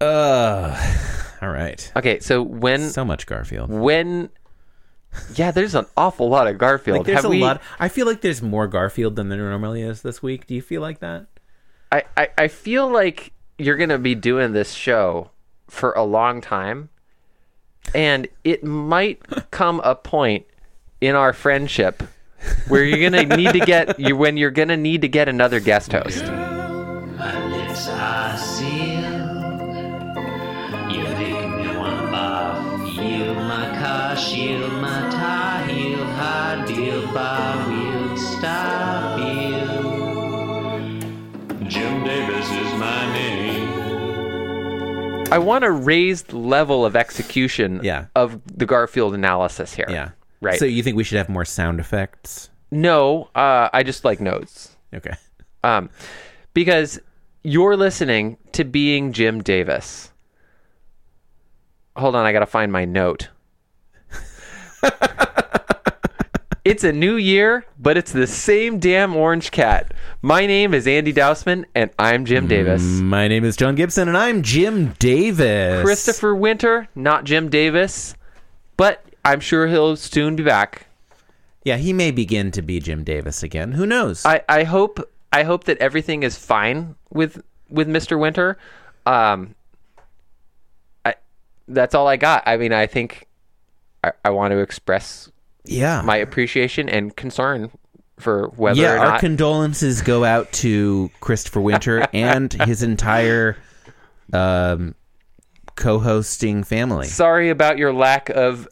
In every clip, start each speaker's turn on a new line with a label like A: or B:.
A: Uh, all right.
B: Okay, so when
A: So much Garfield.
B: when yeah, there's an awful lot of Garfield.
A: Like, there's
B: Have
A: a
B: we-
A: lot. I feel like there's more Garfield than there normally is this week. Do you feel like that?
B: I, I I feel like you're gonna be doing this show for a long time, and it might come a point in our friendship where you're gonna need to get you when you're gonna need to get another guest host.
C: lips are sealed. You make me wanna barf. Yield my car, shield my tie, heel, hard deal, bar wheel, stop heel. Jim Davis is my name.
B: I want a raised level of execution
A: Yeah.
B: of the Garfield analysis here.
A: Yeah.
B: Right.
A: So you think we should have more sound effects?
B: No, uh, I just like notes.
A: Okay.
B: Um, because you're listening to being Jim Davis. Hold on, I gotta find my note. it's a new year, but it's the same damn orange cat. My name is Andy Dousman, and I'm Jim Davis.
A: My name is John Gibson, and I'm Jim Davis.
B: Christopher Winter, not Jim Davis, but I'm sure he'll soon be back.
A: Yeah, he may begin to be Jim Davis again. Who knows?
B: I, I hope I hope that everything is fine with with Mr. Winter. Um, I that's all I got. I mean, I think I, I want to express
A: yeah.
B: my appreciation and concern for whether
A: yeah,
B: or
A: our
B: not
A: condolences go out to Christopher Winter and his entire um, co-hosting family.
B: sorry about your lack of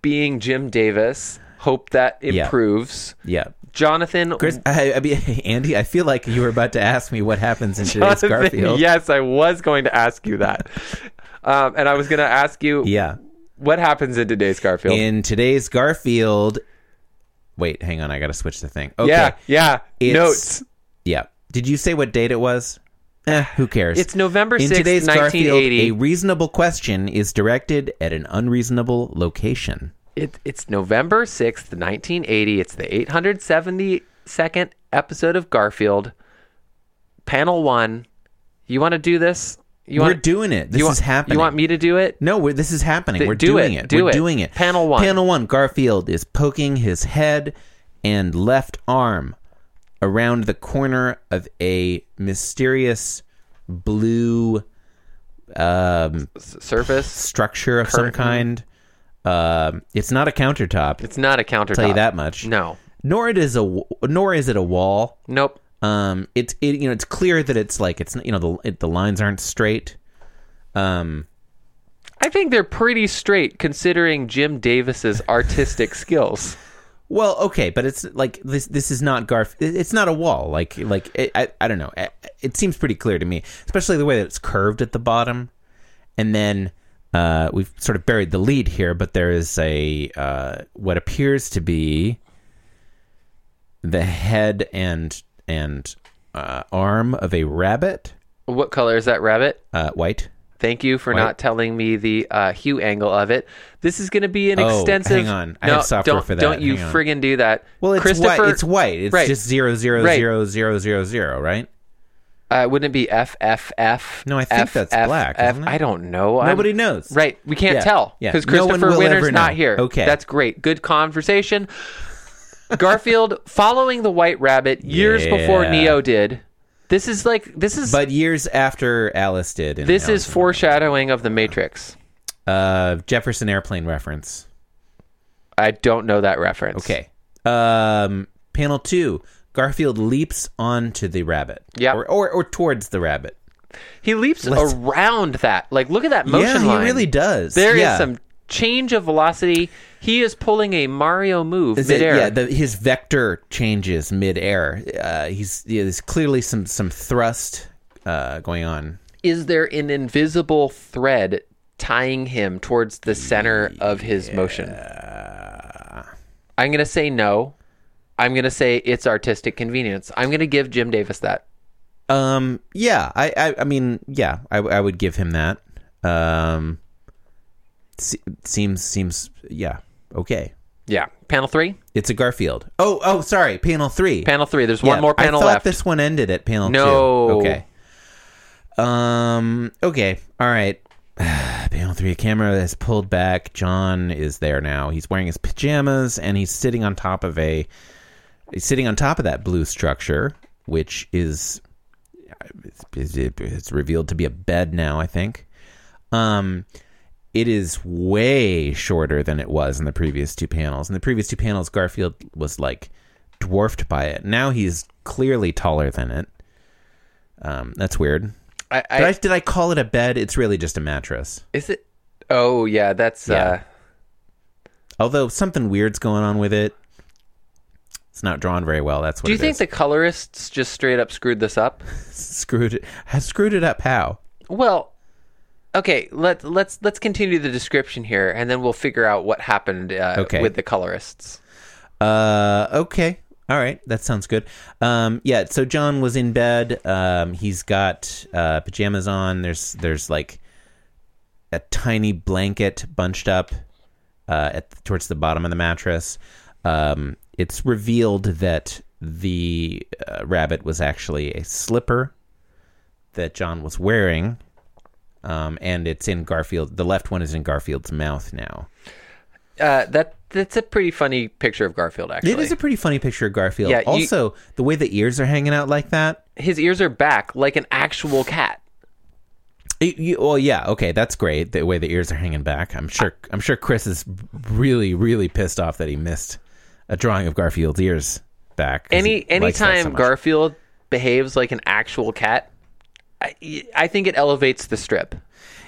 B: being Jim Davis. Hope that improves.
A: Yeah.
B: Jonathan
A: Chris, I, I mean, Andy, I feel like you were about to ask me what happens in today's
B: Jonathan-
A: Garfield.
B: Yes, I was going to ask you that. um, and I was going to ask you
A: yeah.
B: what happens in today's Garfield.
A: In today's Garfield, wait, hang on, I got to switch the thing. Okay.
B: Yeah, yeah.
A: It's-
B: Notes.
A: Yeah. Did you say what date it was? Eh, who cares?
B: It's November
A: In
B: 6th,
A: today's Garfield,
B: 1980.
A: a reasonable question is directed at an unreasonable location.
B: It, it's November 6th, 1980. It's the 872nd episode of Garfield. Panel one. You want to do this? You
A: we're
B: want,
A: doing it. This
B: you
A: is
B: want,
A: happening.
B: You want me to do it?
A: No, we're, this is happening.
B: Th-
A: we're
B: do
A: doing
B: it.
A: it.
B: Do
A: we're
B: it.
A: doing it.
B: Panel one.
A: Panel one. Garfield is poking his head and left arm around the corner of a mysterious blue um,
B: S- Surface.
A: structure of some kind. Um, it's not a countertop.
B: It's not a countertop.
A: tell you that much.
B: No.
A: Nor it is a. w- Nor is it a wall.
B: Nope.
A: Um, it's it, you know it's clear that it's like it's you know the it, the lines aren't straight. Um,
B: I think they're pretty straight considering Jim Davis's artistic skills.
A: Well, okay, but it's like this. This is not Garf. it- It's not a wall. Like, like I, I, I don't know. It, it seems pretty clear to me, especially the way that it's curved at the bottom, and then uh, we've sort of buried the lead here. But there is a uh, what appears to be the head and and uh, arm of a rabbit,
B: What color is that rabbit?
A: uh, white.
B: Thank you for not telling me the uh, hue angle of it. This is going to be an
A: Oh,
B: extensive.
A: hang on. I have software
B: don't,
A: for that.
B: Don't you
A: Hang on.
B: friggin' do that.
A: Well, it's white.
B: Christopher,
A: It's white. It's
B: right.
A: just zero zero
B: Right.
A: zero zero zero zero. Right.
B: Uh, wouldn't it be FFF?
A: No, I think
B: F,
A: that's
B: F,
A: black,
B: F,
A: isn't it?
B: I don't know. I'm-
A: Nobody knows.
B: Right. We can't
A: Yeah,
B: tell
A: yeah.
B: because
A: No one
B: Christopher
A: will
B: Winter's
A: ever
B: not
A: know.
B: here.
A: Okay.
B: That's great. Good conversation. Garfield following the White Rabbit years before
A: Yeah.
B: Neo did. This is like this is
A: But years after Alice did. in
B: this is
A: Alice in
B: foreshadowing of the Matrix.
A: Uh, Jefferson Airplane reference.
B: I don't know that reference.
A: Okay. Um, panel two. Garfield leaps onto the rabbit.
B: Yeah.
A: Or, or or towards the rabbit.
B: He leaps
A: Let's-
B: around that. Like look at that motion
A: yeah,
B: line.
A: he really does.
B: There is
A: yeah.
B: some change of velocity. He is pulling a Mario move
A: Is it-
B: midair.
A: yeah, the, his vector changes midair. Uh, he's yeah, there's clearly some some thrust uh, going on.
B: is there an invisible thread tying him towards the center of his motion? I'm going to say no. I'm going to say it's artistic convenience. I'm going to give Jim Davis that.
A: Um, yeah, I, I, I mean, yeah, I, I would give him that. Um, se- seems seems yeah okay.
B: Yeah. Panel three?
A: It's a Garfield. Oh, oh, sorry. Panel three.
B: Panel three. There's
A: Yeah,
B: one more panel
A: I thought
B: left.
A: this one ended at panel
B: No.
A: two. Okay. Um. Okay. All right. Panel three. Camera is pulled back. John is there now. He's wearing his pajamas and he's sitting on top of a. He's sitting on top of that blue structure, which is, it's, it's- it's revealed to be a bed now. I think. Um. It is way shorter than it was in the previous two panels. In the previous two panels, Garfield was like dwarfed by it. Now he's clearly taller than it. Um, that's weird.
B: I, I,
A: Did I, did I call it a bed? It's really just a mattress.
B: is it? Oh yeah, that's uh,
A: Although something weird's going on with it. It's not drawn very well. That's what
B: Do you
A: it
B: think
A: is.
B: the colorists just straight up screwed this up?
A: screwed it has screwed it up how?
B: Well, okay, let let's let's continue the description here, and then we'll figure out what happened uh,
A: Okay.
B: with the colorists.
A: Uh okay. All right, that sounds good. Um yeah, so John was in bed. Um he's got uh pajamas on. There's there's like a tiny blanket bunched up uh, at towards the bottom of the mattress. Um, it's revealed that the uh, rabbit was actually a slipper that John was wearing, um, and it's in Garfield. The left one is in Garfield's mouth now.
B: Uh, that that's a pretty funny picture of Garfield. Actually,
A: It is a pretty funny picture of Garfield.
B: Yeah, you-
A: also, the way the ears are hanging out like that.
B: his ears are back like an actual cat.
A: It- you- well, yeah, okay, that's great. The way the ears are hanging back. I'm sure. I'm sure Chris is really, really pissed off that he missed a drawing of Garfield's ears back. 'cause
B: Any
A: he likes that so
B: anytime
A: much.
B: Garfield behaves like an actual cat, I, I think it elevates the strip.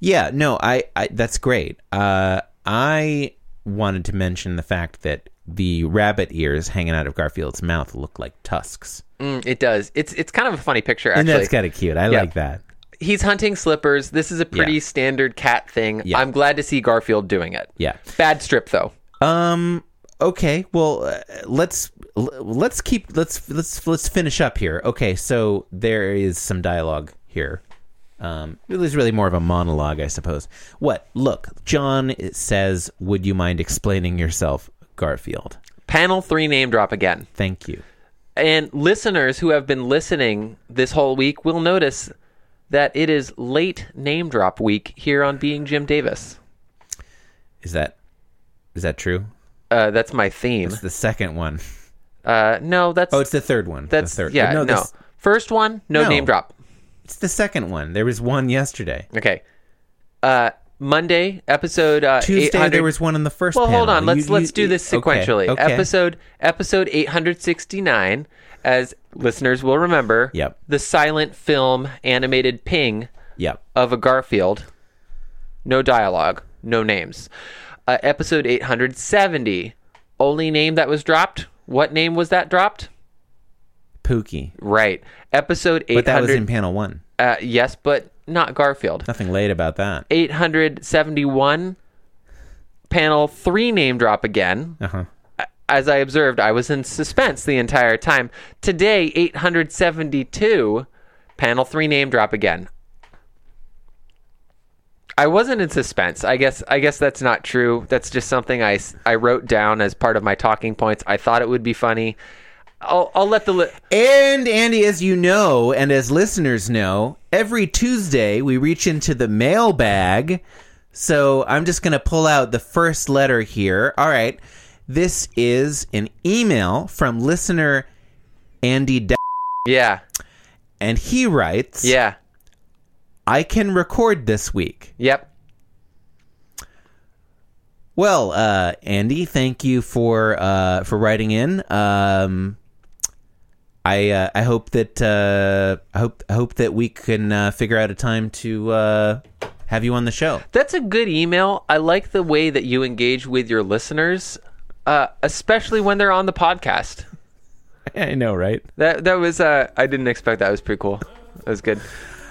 A: Yeah, no, I, I that's great. Uh, I wanted to mention the fact that the rabbit ears hanging out of Garfield's mouth look like tusks,
B: Mm, it does. It's it's kind of a funny picture
A: and
B: actually.
A: that's kind of cute. I
B: Yeah.
A: like that.
B: He's hunting slippers. This is a pretty
A: Yeah.
B: standard cat thing.
A: Yeah.
B: I'm glad to see Garfield doing it.
A: Yeah.
B: Bad strip though.
A: Um. Okay. Well, uh, let's l- let's keep let's let's let's finish up here. Okay. So there is some dialogue here. Um, it was really more of a monologue, I suppose. What? Look, John says, "Would you mind explaining yourself, Garfield?"
B: Panel three name drop again.
A: Thank you.
B: And listeners who have been listening this whole week will notice that it is late name drop week here on Being Jim Davis.
A: Is that is that true?
B: Uh, that's my theme.
A: It's the second one.
B: Uh, no, that's
A: Oh, it's the third one.
B: that's
A: the third.
B: yeah. No,
A: this-
B: first one, no,
A: No.
B: name drop.
A: it's the second one. There was one yesterday.
B: Okay. Uh, Monday episode uh,
A: Tuesday
B: 800
A: there was one in the first.
B: Well, hold
A: panel.
B: on. Let's
A: You-
B: let's
A: you-
B: do this
A: okay,
B: sequentially.
A: Okay.
B: Episode episode 869 as listeners will remember,
A: Yep.
B: the silent film animated ping
A: Yep.
B: of a Garfield. No dialogue, no names. Uh, episode 870. Only name that was dropped. What name was that dropped?
A: Pookie.
B: Right. Episode 800.
A: But that was in panel one.
B: uh, yes, but not Garfield.
A: Nothing late about that.
B: 871 panel 3 name drop again
A: Uh huh.
B: as i observed i was in suspense the entire time today 872 panel 3 name drop again i wasn't in suspense i guess i guess that's not true that's just something i s- I wrote down as part of my talking points i thought it would be funny i'll i'll let the li-
A: And Andy, as you know, and as listeners know, every Tuesday we reach into the mailbag. So I'm just going to pull out the first letter here. All right. This is an email from listener Andy D-
B: yeah
A: and he writes,
B: yeah
A: I can record this week.
B: yep
A: Well, uh, Andy, thank you for uh, for writing in. Um, I uh, I hope that uh, I hope I hope that we can uh, figure out a time to uh, have you on the show.
B: That's a good email. I like the way that you engage with your listeners, uh, especially when they're on the podcast.
A: I know, right?
B: That that was uh, I didn't expect that. It was pretty cool. That was good.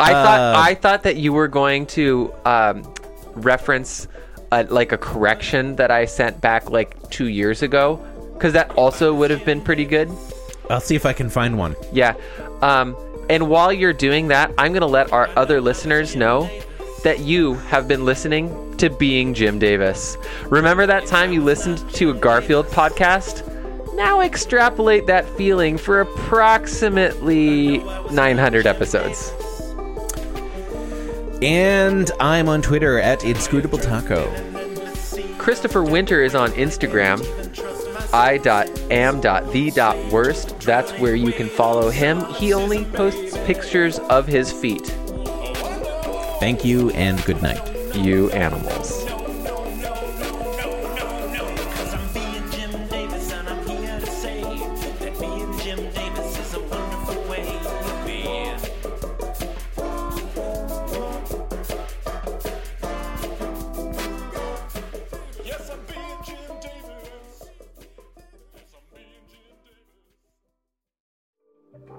B: I thought I thought that you were going to um, reference uh, like a correction that I sent back like two years ago, because that also would have been pretty good.
A: I'll see if I can find one.
B: Yeah. Um, and while you're doing that, I'm gonna let our other listeners know that you have been listening to Being Jim Davis. Remember that time you listened to a Garfield podcast? Now extrapolate that feeling for approximately 900 episodes.
A: And I'm on Twitter at Inscrutable Taco.
B: Christopher Winter is on Instagram. I.am.the.worst. That's where you can follow him. He only posts pictures of his feet.
A: Thank you and good night.
B: You animals.
D: Cause I'm being Jim Davis and I'm here to say that being Jim Davis is a wonderful way to be. Yes, I'm being Jim Davis. Yes, I'm being Jim Davis.